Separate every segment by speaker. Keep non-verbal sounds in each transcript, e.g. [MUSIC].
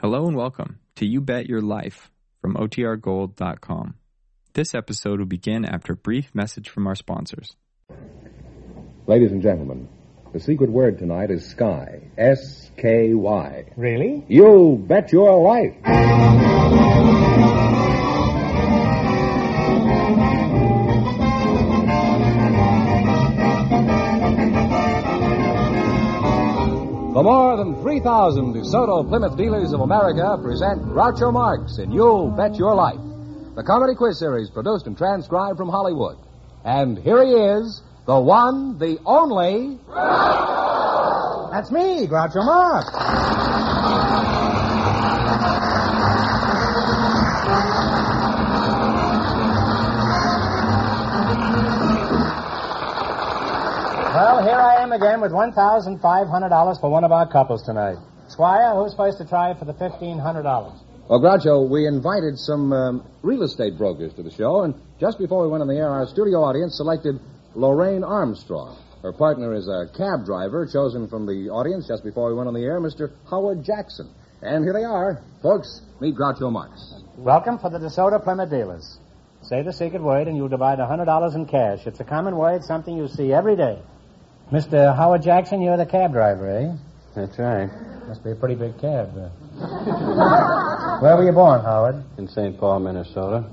Speaker 1: Hello and welcome to You Bet Your Life from OTRGold.com. This episode will begin after a brief message from our sponsors.
Speaker 2: Ladies and gentlemen, the secret word tonight is sky. S K Y.
Speaker 3: Really?
Speaker 2: You bet your life.
Speaker 4: The more than 3,000 DeSoto Plymouth dealers of America present Groucho Marx in You'll Bet Your Life, the comedy quiz series produced and transcribed from Hollywood. And here he is, the one, the only.
Speaker 3: That's me, Groucho Marx. Well, here I am again with $1,500 for one of our couples tonight. Squire, who's supposed to try for the $1,500?
Speaker 4: Well, Groucho, we invited some um, real estate brokers to the show, and just before we went on the air, our studio audience selected Lorraine Armstrong. Her partner is a cab driver chosen from the audience just before we went on the air, Mr. Howard Jackson. And here they are. Folks, meet Groucho Marx.
Speaker 3: Welcome for the DeSoto Plymouth dealers. Say the secret word and you'll divide $100 in cash. It's a common word, something you see every day. Mr. Howard Jackson, you're the cab driver, eh?
Speaker 5: That's right.
Speaker 3: Must be a pretty big cab. uh. [LAUGHS] Where were you born, Howard?
Speaker 5: In St. Paul, Minnesota.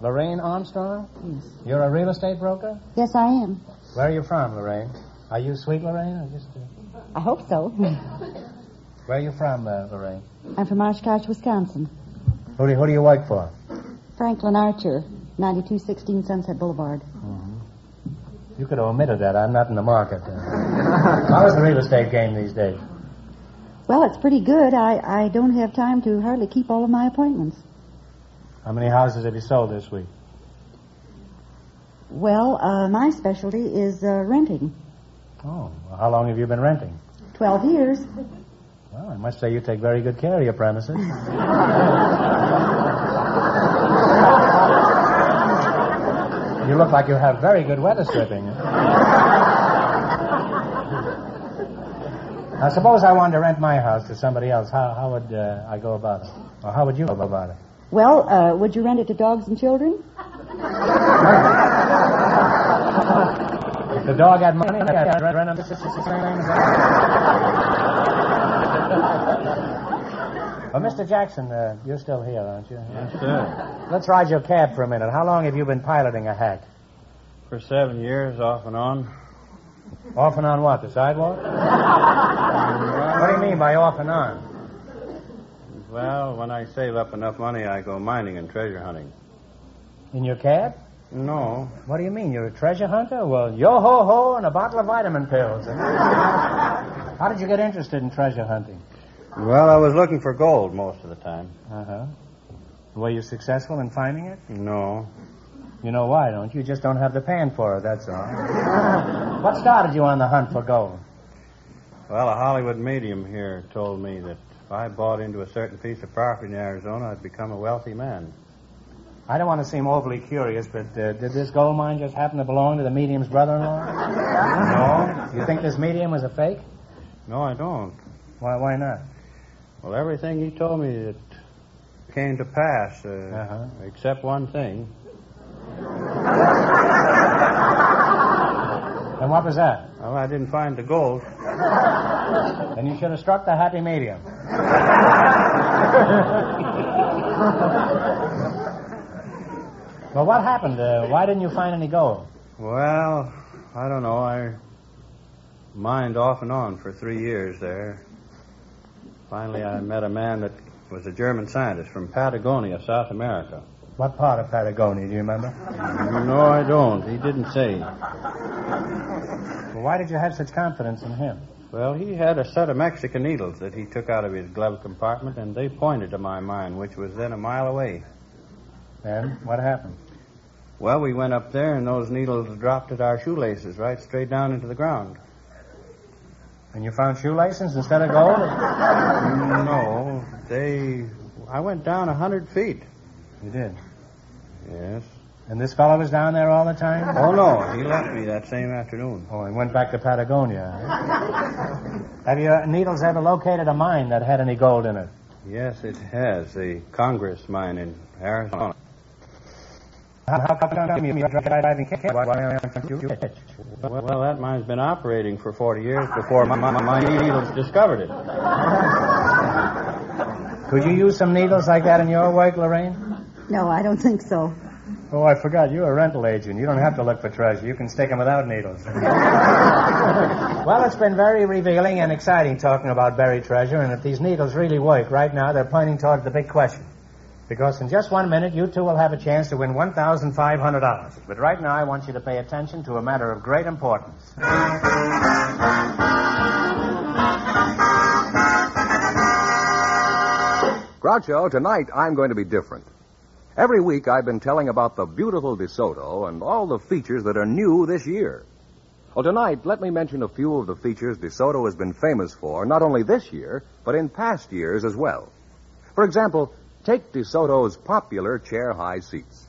Speaker 3: Lorraine Armstrong? Yes. You're a real estate broker?
Speaker 6: Yes, I am.
Speaker 3: Where are you from, Lorraine? Are you sweet, Lorraine? Or just, uh,
Speaker 6: I hope so.
Speaker 3: where are you from, uh, Lorraine?
Speaker 6: [LAUGHS] I'm from Oshkosh, Wisconsin.
Speaker 3: Who do, who do you work for?
Speaker 6: Franklin Archer, 9216 Sunset Boulevard.
Speaker 3: You could have omitted that. I'm not in the market. uh. [LAUGHS] How is the real estate game these days?
Speaker 6: Well, it's pretty good. I, I don't have time to hardly keep all of my appointments.
Speaker 3: How many houses have you sold this week?
Speaker 6: Well, uh, my specialty is uh, renting.
Speaker 3: Oh, well, how long have you been renting?
Speaker 6: 12 years.
Speaker 3: Well, I must say you take very good care of your premises. you look like you have very good weather stripping. now, suppose I wanted to rent my house to somebody else. How, how would uh, I go about it? Or how would you go about it?
Speaker 6: Well, uh, would you rent it to dogs and children?
Speaker 3: If the dog had money, I'd rent him. But, Mr. Jackson, uh, you're still here, aren't you?
Speaker 5: Sure.
Speaker 3: Let's ride your cab for a minute. How long have you been piloting a hack?
Speaker 5: For seven years, off and on.
Speaker 3: Off and on what? The sidewalk? what do you mean by off and on?
Speaker 5: Well, when I save up enough money, I go mining and treasure hunting.
Speaker 3: In your cab?
Speaker 5: No,
Speaker 3: What do you mean? You're a treasure hunter? Well, yo ho ho and a bottle of vitamin pills. How did you get interested in treasure hunting?
Speaker 5: well, I was looking for gold most of the time.
Speaker 3: Uh huh. Were you successful in finding it?
Speaker 5: No,
Speaker 3: You know why, don't you? You just don't have the pan for it, that's all. what started you on the hunt for gold?
Speaker 5: well, a Hollywood medium here told me that if I bought into a certain piece of property in Arizona, I'd become a wealthy man.
Speaker 3: I don't want to seem overly curious, but uh, did this gold mine just happen to belong to the medium's brother-in-law? no. You think this medium was a fake?
Speaker 5: No, I don't.
Speaker 3: Why? Why not?
Speaker 5: Well, everything he told me it came to pass, uh,
Speaker 3: Uh-huh.
Speaker 5: except one thing.
Speaker 3: And what was that?
Speaker 5: Well, I didn't find the gold.
Speaker 3: Then you should have struck the happy medium. well, what happened? Uh, why didn't you find any gold?
Speaker 5: Well, I don't know. I mined off and on for three years there. Finally, I met a man that was a German scientist from Patagonia, South America.
Speaker 3: What part of Patagonia do you remember?
Speaker 5: No, I don't. He didn't say.
Speaker 3: Well, why did you have such confidence in him?
Speaker 5: Well, he had a set of Mexican needles that he took out of his glove compartment, and they pointed to my mine, which was then a mile away.
Speaker 3: Then what happened?
Speaker 5: Well, we went up there, and those needles dropped at our shoelaces right straight down into the ground.
Speaker 3: And you found shoelaces instead of gold?
Speaker 5: No, they. I went down a hundred feet.
Speaker 3: you did.
Speaker 5: Yes.
Speaker 3: And this fellow was down there all the time?
Speaker 5: Oh no, he left me that same afternoon.
Speaker 3: Oh, and went back to Patagonia. eh? Have your needles ever located a mine that had any gold in it?
Speaker 5: Yes, it has. The Congress mine in Arizona.
Speaker 3: How come you're driving cab? Why aren't you rich?
Speaker 5: Well, well, that mine's been operating for 40 years before my, my, my needles discovered it.
Speaker 3: Could you use some needles like that in your work, Lorraine?
Speaker 6: No, I don't think so.
Speaker 3: Oh, I forgot. You're a rental agent. You don't have to look for treasure. You can stick them without needles. [LAUGHS] well, it's been very revealing and exciting talking about buried treasure, and if these needles really work right now, they're pointing toward the big question. Because in just one minute, you two will have a chance to win $1,500. But right now, I want you to pay attention to a matter of great importance.
Speaker 4: Groucho, tonight I'm going to be different. Every week I've been telling about the beautiful DeSoto and all the features that are new this year. Well, tonight, let me mention a few of the features DeSoto has been famous for, not only this year, but in past years as well. For example, take DeSoto's popular chair high seats.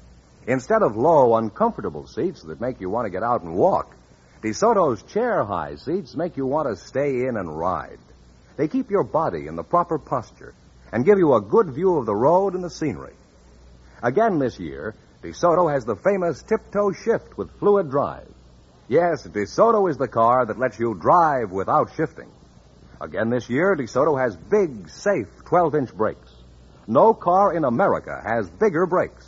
Speaker 4: Instead of low, uncomfortable seats that make you want to get out and walk, DeSoto's chair high seats make you want to stay in and ride. They keep your body in the proper posture and give you a good view of the road and the scenery. Again this year, DeSoto has the famous tiptoe shift with fluid drive. Yes, DeSoto is the car that lets you drive without shifting. Again this year, DeSoto has big, safe 12 inch brakes. No car in America has bigger brakes.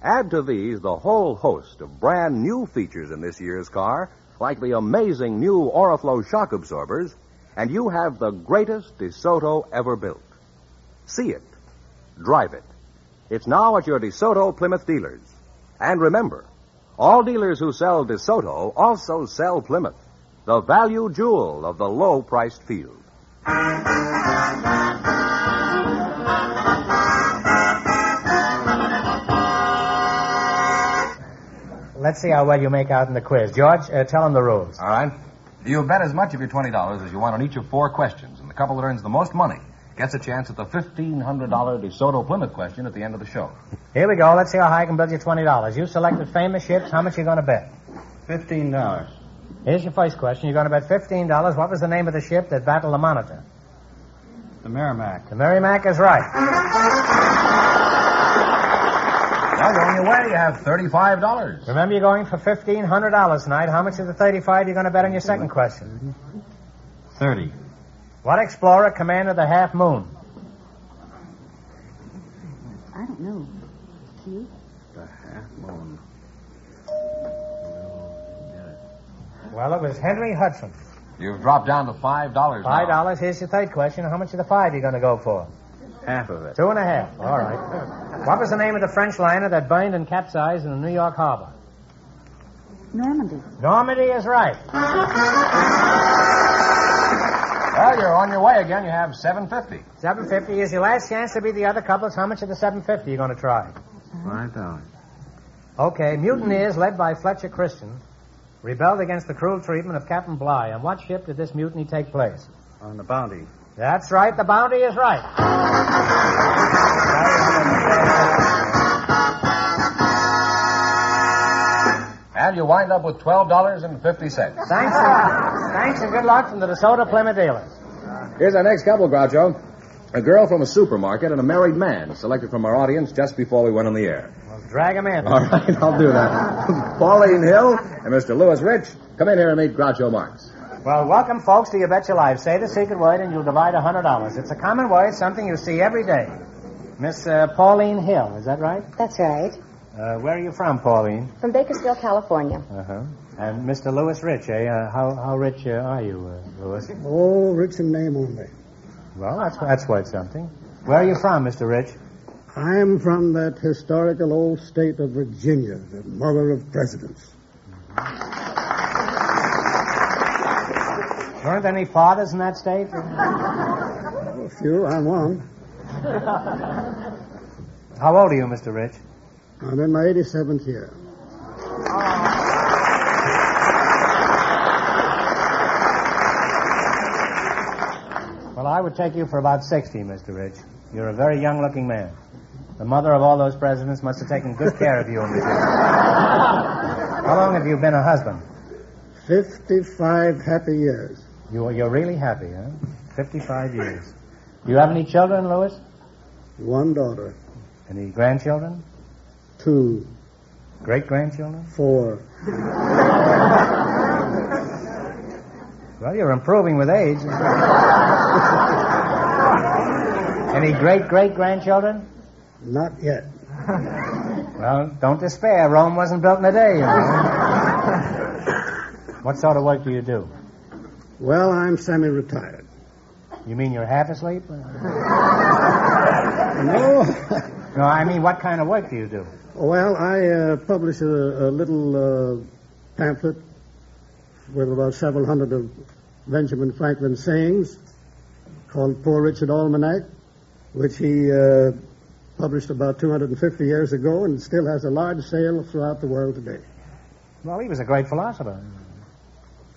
Speaker 4: Add to these the whole host of brand new features in this year's car, like the amazing new Oriflow shock absorbers, and you have the greatest DeSoto ever built. See it. Drive it. It's now at your DeSoto Plymouth dealers. And remember, all dealers who sell DeSoto also sell Plymouth, the value jewel of the low priced field.
Speaker 3: Let's see how well you make out in the quiz. George, uh, tell them the rules.
Speaker 2: All right. You bet as much of your $20 as you want on each of four questions, and the couple that earns the most money gets a chance at the $1,500 DeSoto Plymouth question at the end of the show.
Speaker 3: Here we go. Let's see how high I can build you $20. You selected famous ships. How much you going to bet?
Speaker 5: $15.
Speaker 3: Here's your first question. You're going to bet $15. What was the name of the ship that battled the Monitor?
Speaker 5: The Merrimack.
Speaker 3: The Merrimack is right.
Speaker 2: Now you're on your way. You have $35.
Speaker 3: Remember, you're going for $1,500 tonight. How much of the 35 you're going to bet on your second question?
Speaker 5: 30.
Speaker 3: What explorer commanded the Half Moon?
Speaker 6: I don't know. See?
Speaker 5: The half moon.
Speaker 3: Well, it was Henry Hudson.
Speaker 2: You've dropped down to $5. now.
Speaker 3: Five dollars. Here's your third question. How much of the five are you going to go for?
Speaker 5: Half of it.
Speaker 3: Two and a half. All right. What was the name of the French liner that burned and capsized in the New York harbor?
Speaker 6: Normandy.
Speaker 3: Normandy is right.
Speaker 2: Well, you're on your way again. You have 750
Speaker 3: Seven fifty is your last chance to beat the other couples. How much of the seven fifty are you going to try?
Speaker 5: Five dollars.
Speaker 3: Okay. Mutineers led by Fletcher Christian rebelled against the cruel treatment of Captain Bligh. On what ship did this mutiny take place?
Speaker 5: On the bounty.
Speaker 3: That's right. The bounty is right.
Speaker 2: And you wind up with $12.50.
Speaker 3: Thanks. and- thanks and good luck from the DeSoto Plymouth dealers.
Speaker 4: Here's our next couple, Groucho. A girl from a supermarket and a married man selected from our audience just before we went on the air.
Speaker 3: Well, drag 'em
Speaker 4: [LAUGHS]
Speaker 3: in.
Speaker 4: All right, I'll do that. [LAUGHS] Pauline Hill and Mr. Lewis Rich, come in here and meet Groucho Marx.
Speaker 3: Well, welcome, folks, to You Bet Your Life. Say the secret word, and you'll divide a $100. It's a common word, something you see every day. Miss uh, Pauline Hill, is that right?
Speaker 7: That's right.
Speaker 3: Uh, where are you from, Pauline?
Speaker 7: From Bakersfield, California.
Speaker 3: Uh-huh. And Mr. Lewis Rich, eh? Uh, how, how rich uh, are you, uh, Lewis?
Speaker 8: Oh, rich in name only.
Speaker 3: Well, that's, that's worth something. Where are you from, Mr. Rich?
Speaker 8: I'm from that historical old state of Virginia, the mother of presidents.
Speaker 3: Weren't any fathers in that state?
Speaker 8: A few, I'm one.
Speaker 3: How old are you, Mr. Rich?
Speaker 8: I'm in my 87th year.
Speaker 3: Well, I would take you for about 60, Mr. Rich. You're a very young looking man. The mother of all those presidents must have taken good care of you. Mr. Rich. How long have you been a husband?
Speaker 8: 55 happy years.
Speaker 3: You, you're really happy, huh? 55 years. Do you have any children, Louis?
Speaker 8: One daughter,
Speaker 3: Any grandchildren?
Speaker 8: two,
Speaker 3: Great grandchildren?
Speaker 8: four.
Speaker 3: Well, you're improving with age. [LAUGHS] Any great great grandchildren?
Speaker 8: Not yet.
Speaker 3: Well, don't despair. Rome wasn't built in a day. You know. what sort of work do you do?
Speaker 8: Well, I'm semi retired.
Speaker 3: You mean you're half asleep?
Speaker 8: No. [LAUGHS]
Speaker 3: No, I mean, what kind of work do you do?
Speaker 8: well, I uh, publish a, a little uh, pamphlet with about several hundred of Benjamin Franklin's sayings called Poor Richard Almanac, which he uh, published about 250 years ago and still has a large sale throughout the world today.
Speaker 3: Well, he was a great philosopher.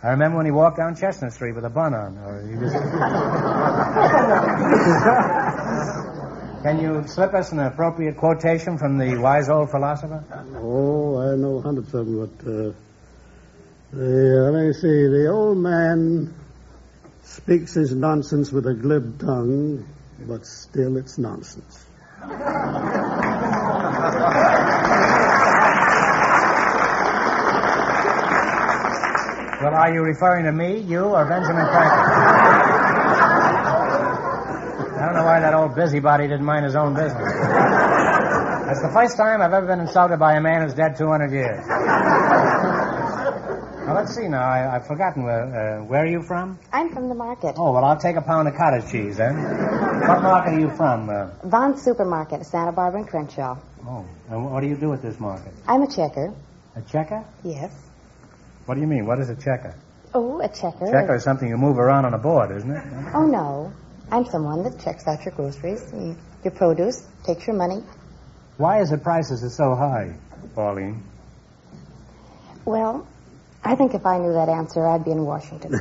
Speaker 3: I remember when he walked down Chestnut Street with a bun on. Or he [LAUGHS] was- Can you slip us an appropriate quotation from the wise old philosopher?
Speaker 8: Oh, I know a hundred of them, but uh, the, uh, let me see. The old man speaks his nonsense with a glib tongue, but still it's nonsense.
Speaker 3: Well, are you referring to me, you, or Benjamin Franklin? I don't know why that old busybody didn't mind his own business. That's the first time I've ever been insulted by a man who's dead 200 years. Now, let's see now. I, I've forgotten. Where, uh, where are you from?
Speaker 7: I'm from the market.
Speaker 3: Oh, well, I'll take a pound of cottage cheese, then. what market are you from? Uh,
Speaker 7: Vaughn's Supermarket, Santa Barbara and Crenshaw.
Speaker 3: oh, and what do you do at this market?
Speaker 7: I'm a checker.
Speaker 3: A checker?
Speaker 7: Yes.
Speaker 3: What do you mean? What is a checker?
Speaker 7: Oh, a checker.
Speaker 3: Checker is something you move around on a board, isn't it?
Speaker 7: Oh, no. I'm someone that checks out your groceries, and your produce, takes your money.
Speaker 3: Why is the prices are so high, Pauline?
Speaker 7: Well, I think if I knew that answer, I'd be in Washington.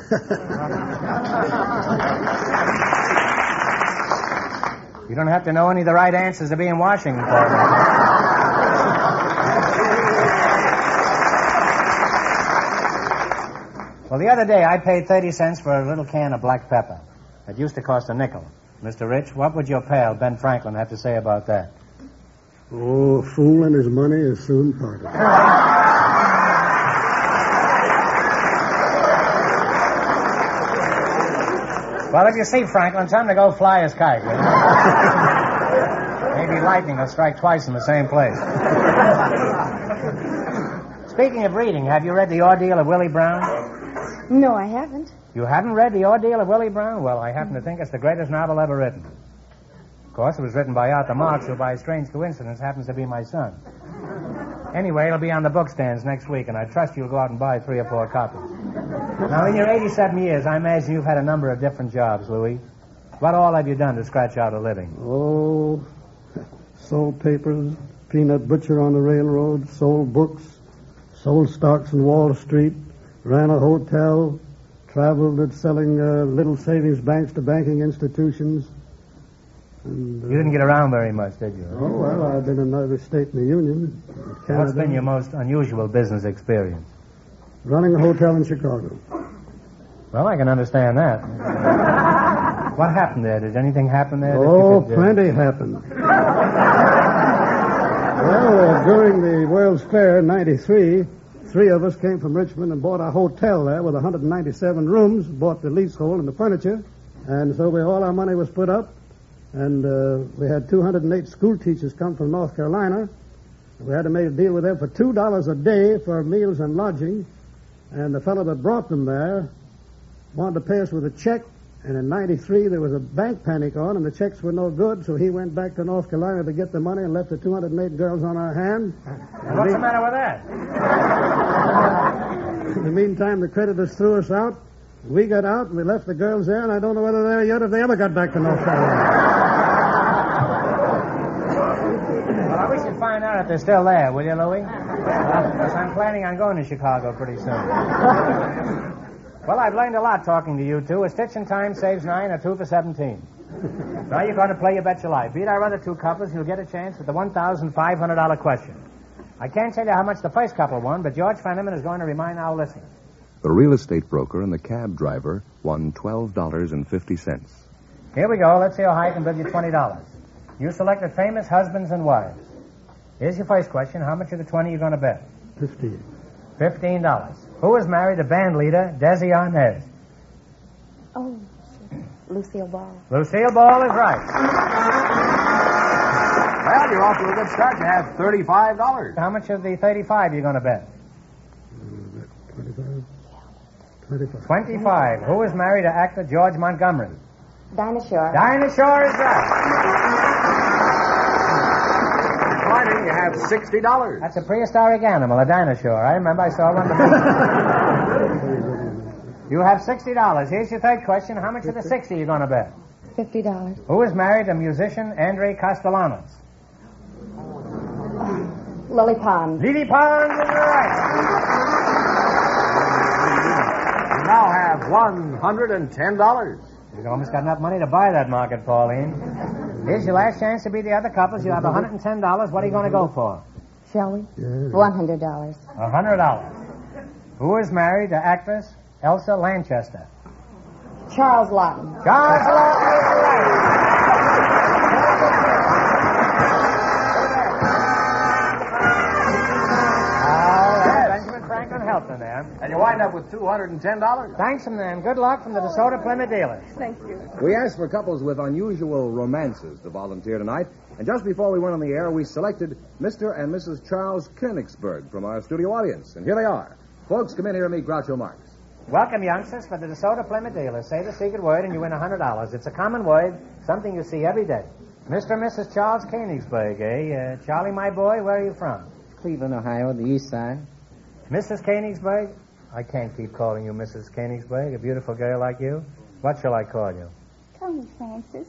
Speaker 3: You don't have to know any of the right answers to be in Washington, Pauline. well, the other day I paid 30 cents for a little can of black pepper. It used to cost a nickel. Mr. Rich, what would your pal, Ben Franklin, have to say about that?
Speaker 8: Oh, a fool and his money is soon parted.
Speaker 3: Well, if you see Franklin, tell him to go fly his kite. will you? Maybe lightning will strike twice in the same place. Speaking of reading, have you read The Ordeal of Willie Brown?
Speaker 7: [LAUGHS] no, I haven't.
Speaker 3: You haven't read The Ordeal of Willie Brown? Well, I happen to think it's the greatest novel ever written. Of course, it was written by Arthur Marx, who, by strange coincidence, happens to be my son. Anyway, it'll be on the bookstands next week, and I trust you'll go out and buy three or four copies. Now, in your 87 years, I imagine you've had a number of different jobs, Louis. What all have you done to scratch out a living?
Speaker 8: Oh, sold papers, peanut butcher on the railroad, sold books, sold stocks in Wall Street, ran a hotel, traveled at selling uh, little savings banks to banking institutions. And, uh,
Speaker 3: You didn't get around very much, did you?
Speaker 8: Oh, well, I've been in another state in the Union. Canada,
Speaker 3: What's been your most unusual business experience?
Speaker 8: Running a hotel in Chicago.
Speaker 3: Well, I can understand that. [LAUGHS] what happened there? Did anything happen there? that you
Speaker 8: Oh,
Speaker 3: could, uh,
Speaker 8: plenty happened. well, uh, during the World's Fair in 93, three of us came from Richmond and bought a hotel there with 197 rooms, bought the leasehold and the furniture, and so we, all our money was put up, and uh, we had 208 school teachers come from North Carolina. We had to make a deal with them for $2 a day for meals and lodging, and the fellow that brought them there wanted to pay us with a check, and in 93 there was a bank panic on, and the checks were no good, so he went back to North Carolina to get the money and left the 208 girls on our hand. And
Speaker 3: What's the
Speaker 8: me-
Speaker 3: matter with that?
Speaker 8: in the meantime, the creditors threw us out. We got out, and we left the girls there, and I don't know whether they're yet if they ever got back to North Carolina.
Speaker 3: Well, I wish you'd find out if they're still there, will you, Louis? Because I'm planning on going to Chicago pretty soon. well, I've learned a lot talking to you two. A stitch in time saves nine, a two for 17. now you're going to play You Bet Your Life. Beat our other two couples, and you'll get a chance at the $1,500 question. I can't tell you how much the first couple won, but George Fenneman is going to remind our listeners.
Speaker 9: The real estate broker and the cab driver won $12.50.
Speaker 3: Here we go. Let's see how high I can bid you $20. You selected famous husbands and wives. Here's your first question. How much of the 20 you going to bet?
Speaker 8: Fifteen.
Speaker 3: $15. Who was married to band leader Desi Arnaz?
Speaker 7: Oh, Lucille Ball.
Speaker 3: Lucille Ball is right.
Speaker 2: Well, you're off to a good start. You have thirty-five dollars.
Speaker 3: How much of the 35 you going to bet?
Speaker 8: Twenty-five. Twenty-five.
Speaker 3: 25. Who was married to actor George Montgomery?
Speaker 7: Dinah Shore.
Speaker 3: Dinah Shore is right.
Speaker 2: Climbing, you have sixty dollars.
Speaker 3: That's a prehistoric animal, a dinosaur. I remember I saw one. you have $60. Here's your third question. How much of the 60 you going to bet?
Speaker 7: $50.
Speaker 3: Who is married to musician Andre Castellanos?
Speaker 7: Lily Pond.
Speaker 3: Lily Pons is right.
Speaker 2: You now have one hundred and ten dollars.
Speaker 3: You've almost got enough money to buy that market, Pauline. Here's your last chance to beat the other couples. You have $110. What are you going to go for?
Speaker 7: Shall we?
Speaker 8: Yeah.
Speaker 7: $100.
Speaker 3: $100. Who is married to actress Elsa Lanchester?
Speaker 7: Charles Lawton.
Speaker 3: Charles Lawton is right. All right, Benjamin Franklin helped them there.
Speaker 2: And you wind up with two hundred and ten dollars.
Speaker 3: Thanks from them. Good luck from the DeSoto Plymouth dealers.
Speaker 4: We asked for couples with unusual romances to volunteer tonight, and just before we went on the air, we selected Mr. and Mrs. Charles Koenigsberg from our studio audience, and here they are. Folks, come in here and meet Groucho Marx.
Speaker 3: Welcome, youngsters, for the DeSoto Plymouth dealers. Say the secret word and you win $100. It's a common word, something you see every day. Mr. and Mrs. Charles Koenigsberg, eh? Uh, Charlie, my boy, where are you from?
Speaker 10: Cleveland, Ohio, the east side.
Speaker 3: Mrs. Koenigsberg? I can't keep calling you Mrs. Koenigsberg, a beautiful girl like you. What shall I call you?
Speaker 6: Tony Francis.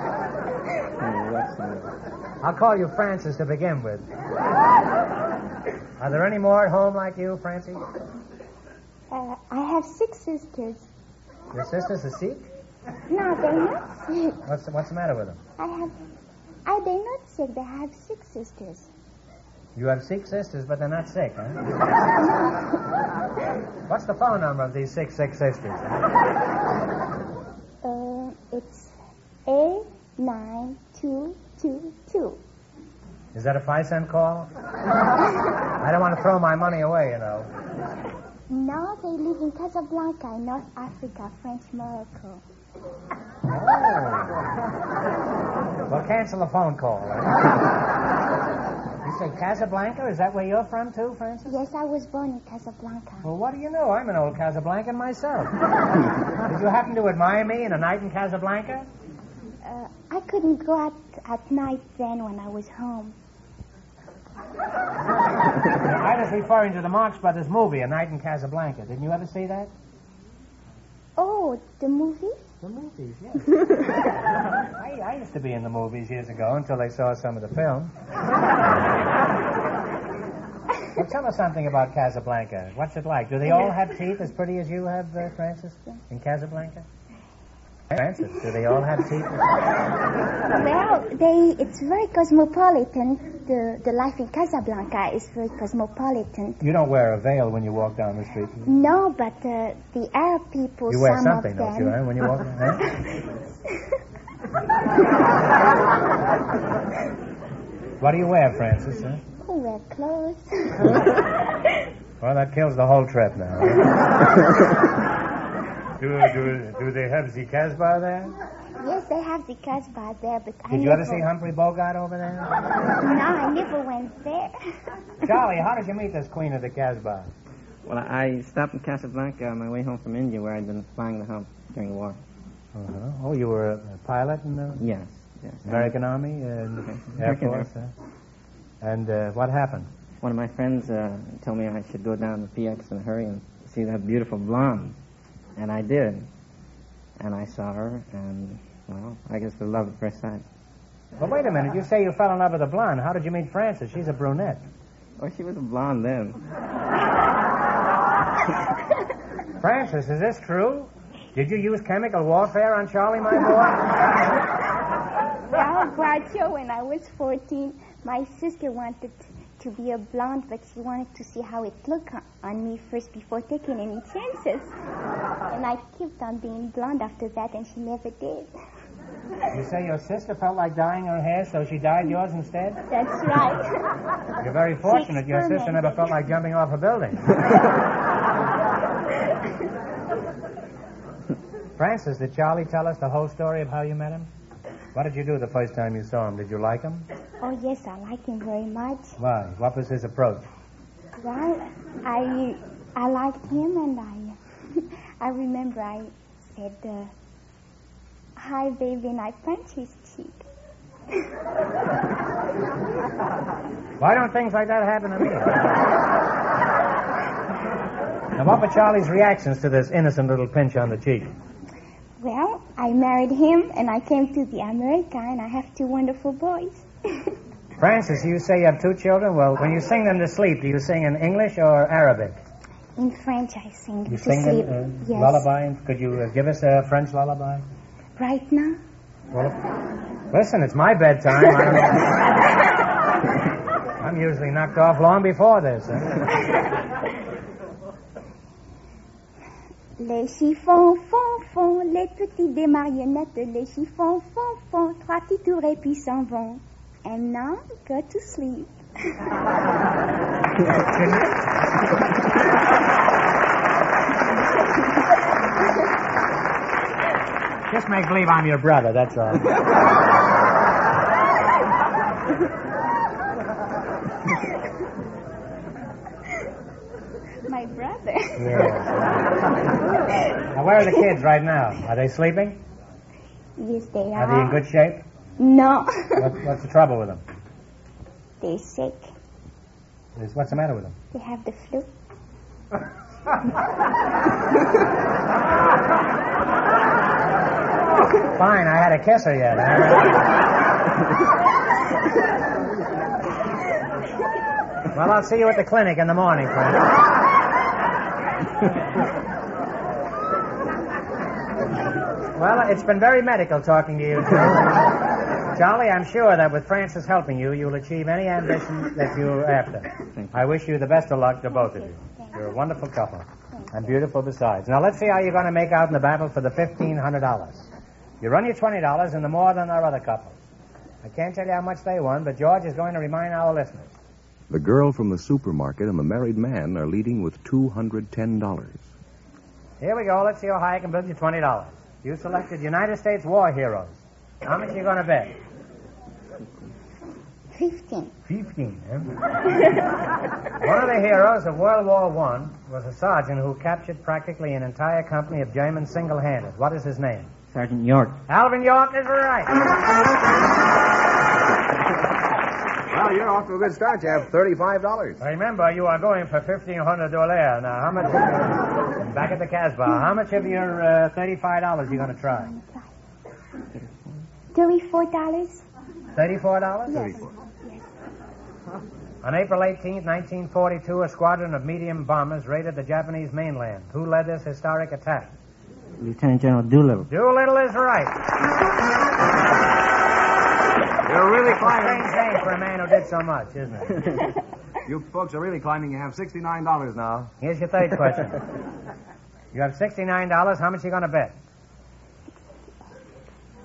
Speaker 10: Hmm, what's that?
Speaker 3: I'll call you Francis to begin with. Are there any more at home like you, Francie?
Speaker 6: Uh, I have six sisters.
Speaker 3: Your sister's a Sikh?
Speaker 6: No, they're not sick.
Speaker 3: What's the, what's the matter with them?
Speaker 6: I have. I, they're not sick. They have six sisters.
Speaker 3: You have Sikh sisters, but they're not sick, huh? what's the phone number of these six Sikh sisters?
Speaker 6: Uh, it's A nine two two two.
Speaker 3: Is that a five cent call? I don't want to throw my money away, you know.
Speaker 6: Now they live in Casablanca, in North Africa, French Morocco.
Speaker 3: Oh. Well, cancel the phone call. You say Casablanca? Is that where you're from, too, Francis?
Speaker 6: Yes, I was born in Casablanca.
Speaker 3: Well, what do you know? I'm an old Casablancan myself. Did you happen to admire me in a night in Casablanca?
Speaker 6: Uh, I couldn't go out at night then when I was home.
Speaker 3: I was referring to the Marx Brothers movie, A Night in Casablanca. Didn't you ever see that?
Speaker 6: Oh, the movie?
Speaker 3: The movies, yes.
Speaker 6: [LAUGHS]
Speaker 3: I, I used to be in the movies years ago until they saw some of the film. well, tell us something about Casablanca. What's it like? Do they all have teeth as pretty as you have, uh, Francis, in Casablanca? Francis, do they all have teeth?
Speaker 6: Well, they it's very cosmopolitan. The the life in Casablanca is very cosmopolitan.
Speaker 3: You don't wear a veil when you walk down the street.
Speaker 6: No, but uh, the Arab people,
Speaker 3: You wear
Speaker 6: some
Speaker 3: something,
Speaker 6: of
Speaker 3: don't
Speaker 6: them.
Speaker 3: you, huh, when you walk down? Huh?
Speaker 6: [LAUGHS]
Speaker 3: What do you wear, Francis? Huh?
Speaker 6: Oh, wear clothes.
Speaker 3: Well, that kills the whole trip now. [LAUGHS] do, do, do they have the Casbah there?
Speaker 6: yes, they have the Casbah there, but I
Speaker 3: Did you
Speaker 6: never,
Speaker 3: ever see Humphrey Bogart over there?
Speaker 6: No, I never went there. [LAUGHS]
Speaker 3: Charlie, how did you meet this queen of the Casbah?
Speaker 10: Well, I stopped in Casablanca on my way home from India where I'd been flying the help during the war.
Speaker 3: Uh-huh. Oh, you were a a pilot in the
Speaker 10: Yes, yes.
Speaker 3: American Army [LAUGHS] and Air
Speaker 10: American
Speaker 3: Force. huh? And uh, what happened?
Speaker 10: One of my friends uh, told me I should go down to PX in a hurry and see that beautiful blonde. And I did. And I saw her, and, well, I guess the love at first sight.
Speaker 3: Well, wait a minute. You say you fell in love with a blonde. How did you meet Frances? She's a brunette.
Speaker 10: Well, Oh, she was a blonde then.
Speaker 3: Francis, is this true? Did you use chemical warfare on Charlie, my boy?
Speaker 6: well, Groucho, when I was 14, my sister wanted to be a blonde, but she wanted to see how it looked on- on me first before taking any chances. And I kept on being blonde after that, and she never did.
Speaker 3: You say your sister felt like dyeing her hair, so she dyed yours instead?
Speaker 6: That's right.
Speaker 3: You're very fortunate. Your sister never felt like jumping off a building. Francis, did Charlie tell us the whole story of how you met him? What did you do the first time you saw him? Did you like him?
Speaker 6: [LAUGHS] Oh, yes, I like him very much.
Speaker 3: Why? What was his approach?
Speaker 6: Well, I I liked him, and I [LAUGHS] I remember I said, uh, "Hi, baby," and I punched his cheek.
Speaker 3: Why don't things like that happen to me? now, what were Charlie's reactions to this innocent little pinch on the cheek?
Speaker 6: Well, I married him, and I came to the America, and I have two wonderful boys. [LAUGHS]
Speaker 3: Francis, you say you have two children. Well, when you sing them to sleep, do you sing in English or Arabic?
Speaker 6: In French, I sing
Speaker 3: You
Speaker 6: to
Speaker 3: sing
Speaker 6: sleep.
Speaker 3: them uh,
Speaker 6: yes.
Speaker 3: lullaby? Could you uh, give us a French lullaby?
Speaker 6: Right now.
Speaker 3: Well, listen, it's my bedtime. I'm, I'm usually knocked off long before this.
Speaker 6: Les chiffons font font, les petits des marionnettes, les chiffons font font, trois petits tours et puis s'en vont. And now, go to sleep.
Speaker 3: Just make believe I'm your brother, that's all.
Speaker 6: My brother.
Speaker 3: Now, where are the kids right now? Are they sleeping?
Speaker 6: [LAUGHS] Yes, they
Speaker 3: Are they in good shape?
Speaker 6: No. [LAUGHS]
Speaker 3: What, what's the trouble with them?
Speaker 6: They're sick.
Speaker 3: Is- What's the matter with them?
Speaker 6: They have the flu.
Speaker 3: Fine, I had a kisser yet. well, I'll see you at the clinic in the morning, Frank. well, it's been very medical talking to you two. Charlie, I'm sure that with Francis helping you, you'll achieve any ambition that you're after. I wish you the best of luck to both of you. You're a wonderful couple. And beautiful besides. Now let's see how you're going to make out in the battle for the fifteen hundred dollars. You run your twenty dollars into more than our other couples. I can't tell you how much they won, but George is going to remind our listeners.
Speaker 9: The girl from the supermarket and the married man are leading with $210.
Speaker 3: Here we go. Let's see how high I can build you twenty dollars. You selected United States war heroes. How much are you going to bet?
Speaker 6: Fifteen.
Speaker 3: Fifteen. Eh? One of the heroes of World War One was a sergeant who captured practically an entire company of Germans single-handed. What is his name?
Speaker 10: Sergeant York.
Speaker 3: Alvin York is right.
Speaker 4: Well, you're off to a good start. You have $35.
Speaker 3: Remember, you are going for fifteen hundred dollars. Now, how much? [LAUGHS] back at the Casbah, how much of your uh, thirty-five dollars you going to try?
Speaker 6: Thirty-four dollars.
Speaker 3: Thirty-four dollars.
Speaker 6: Yes.
Speaker 3: On April 18, 1942, a squadron of medium bombers raided the Japanese mainland. Who led this historic attack?
Speaker 10: Lieutenant General Doolittle.
Speaker 3: Doolittle is right.
Speaker 4: You're really
Speaker 3: Strange name for a man who did so much, isn't it?
Speaker 4: You folks are really climbing. You have $69 now.
Speaker 3: Here's your third question. You have sixty-nine dollars. How much are you going to bet?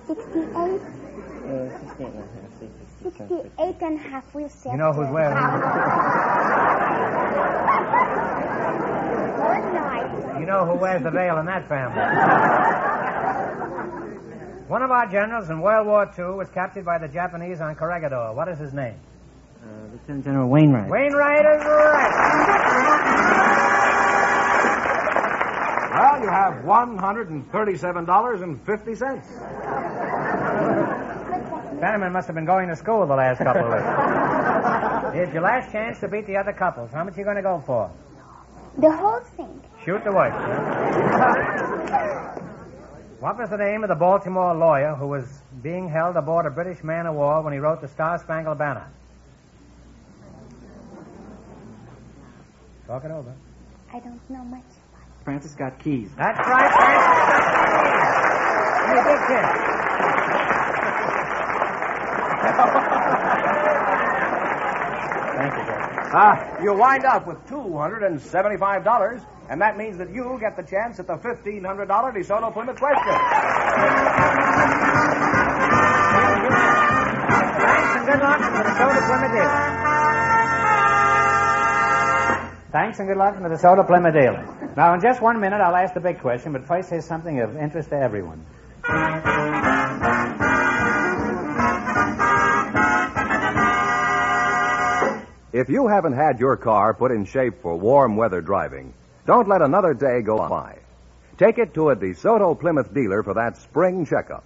Speaker 6: Sixty-eight.
Speaker 10: Uh, 68 and a half, 60, 60,
Speaker 6: Sixty-eight and a half. We'll see.
Speaker 3: You know who's wearing
Speaker 6: [LAUGHS] Good night.
Speaker 3: You know who wears the veil in that family. One of our generals in World War II was captured by the Japanese on Corregidor. What is his name?
Speaker 10: Uh, Lieutenant General Wainwright.
Speaker 3: Wainwright is right.
Speaker 4: Well, you have $137.50.
Speaker 3: Bannerman must have been going to school the last couple of weeks. Here's your last chance to beat the other couples. How much are you going to go for?
Speaker 6: The whole thing.
Speaker 3: Shoot the works. what was the name of the Baltimore lawyer who was being held aboard a British man of war when he wrote the Star Spangled Banner? Talk it over.
Speaker 6: I don't know much.
Speaker 10: Francis Scott Keys.
Speaker 3: That's right, Francis. You did kid.
Speaker 10: Thank you, George.
Speaker 11: Ah, you wind up with $275, and that means that you get the chance at the $1,500 DeSoto Plymouth question.
Speaker 3: Thanks and good luck to the Soda Plymouth dealer. Thanks and good luck to the Soda Plymouth dealer. Now, in just one minute, I'll ask the big question, but first, here's something of interest to everyone.
Speaker 4: If you haven't had your car put in shape for warm weather driving, don't let another day go by. Take it to a DeSoto Plymouth dealer for that spring checkup.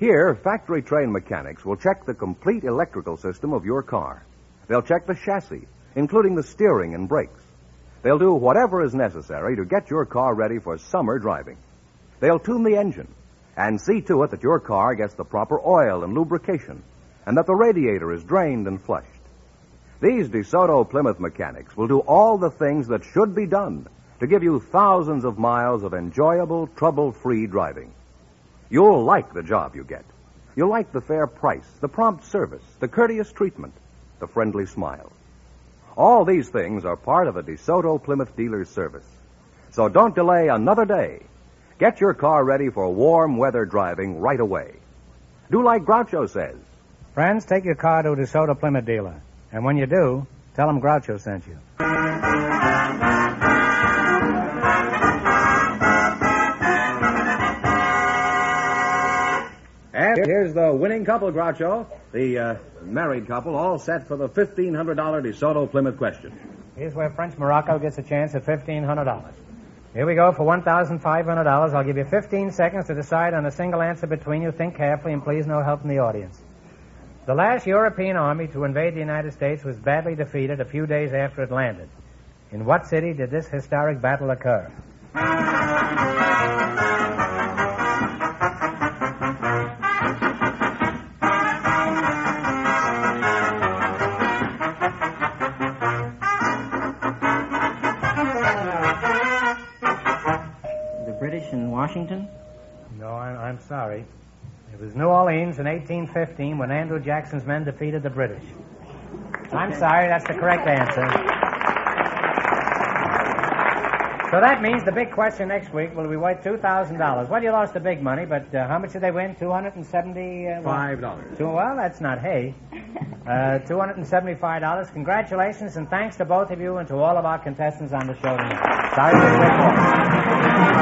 Speaker 4: Here, factory trained mechanics will check the complete electrical system of your car. They'll check the chassis, including the steering and brakes. They'll do whatever is necessary to get your car ready for summer driving. They'll tune the engine and see to it that your car gets the proper oil and lubrication and that the radiator is drained and flushed. These DeSoto Plymouth mechanics will do all the things that should be done to give you thousands of miles of enjoyable, trouble free driving. You'll like the job you get. You'll like the fair price, the prompt service, the courteous treatment, the friendly smile. All these things are part of a DeSoto Plymouth dealer's service. So don't delay another day. Get your car ready for warm weather driving right away. Do like Groucho says.
Speaker 3: Friends, take your car to a DeSoto Plymouth dealer. And when you do, tell them Groucho sent you.
Speaker 11: And here's the winning couple, Groucho. The uh, married couple, all set for the $1,500 DeSoto Plymouth question.
Speaker 3: Here's where French Morocco gets a chance at $1,500. Here we go for $1,500. I'll give you 15 seconds to decide on a single answer between you. Think carefully and please no help from the audience. The last European army to invade the United States was badly defeated a few days after it landed. In what city did this historic battle occur?
Speaker 10: The British in Washington?
Speaker 3: No, I'm, I'm sorry. It was New Orleans in 1815 when Andrew Jackson's men defeated the British. I'm sorry, that's the correct answer. So that means the big question next week will be worth two thousand dollars. Well, you lost the big money, but uh, how much did they win? Two hundred and seventy. Uh, what?
Speaker 11: dollars.
Speaker 3: Two, well, that's not hay. Uh, two hundred and seventy-five dollars. Congratulations and thanks to both of you and to all of our contestants on the show tonight. Sorry for the quick call.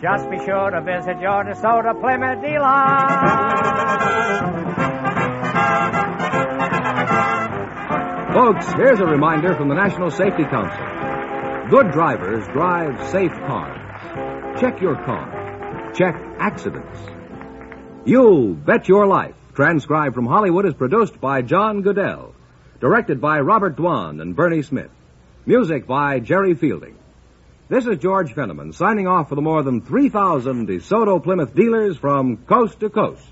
Speaker 3: just be sure to visit your DeSoto Plymouth dealer.
Speaker 4: Folks, here's a reminder from the National Safety Council. Good drivers drive safe cars. Check your car. Check accidents. You Bet Your Life, transcribed from Hollywood, is produced by John Goodell. Directed by Robert Dwan and Bernie Smith. Music by Jerry Fielding. This is George Fenneman signing off for the more than 3,000 DeSoto Plymouth dealers from coast to coast.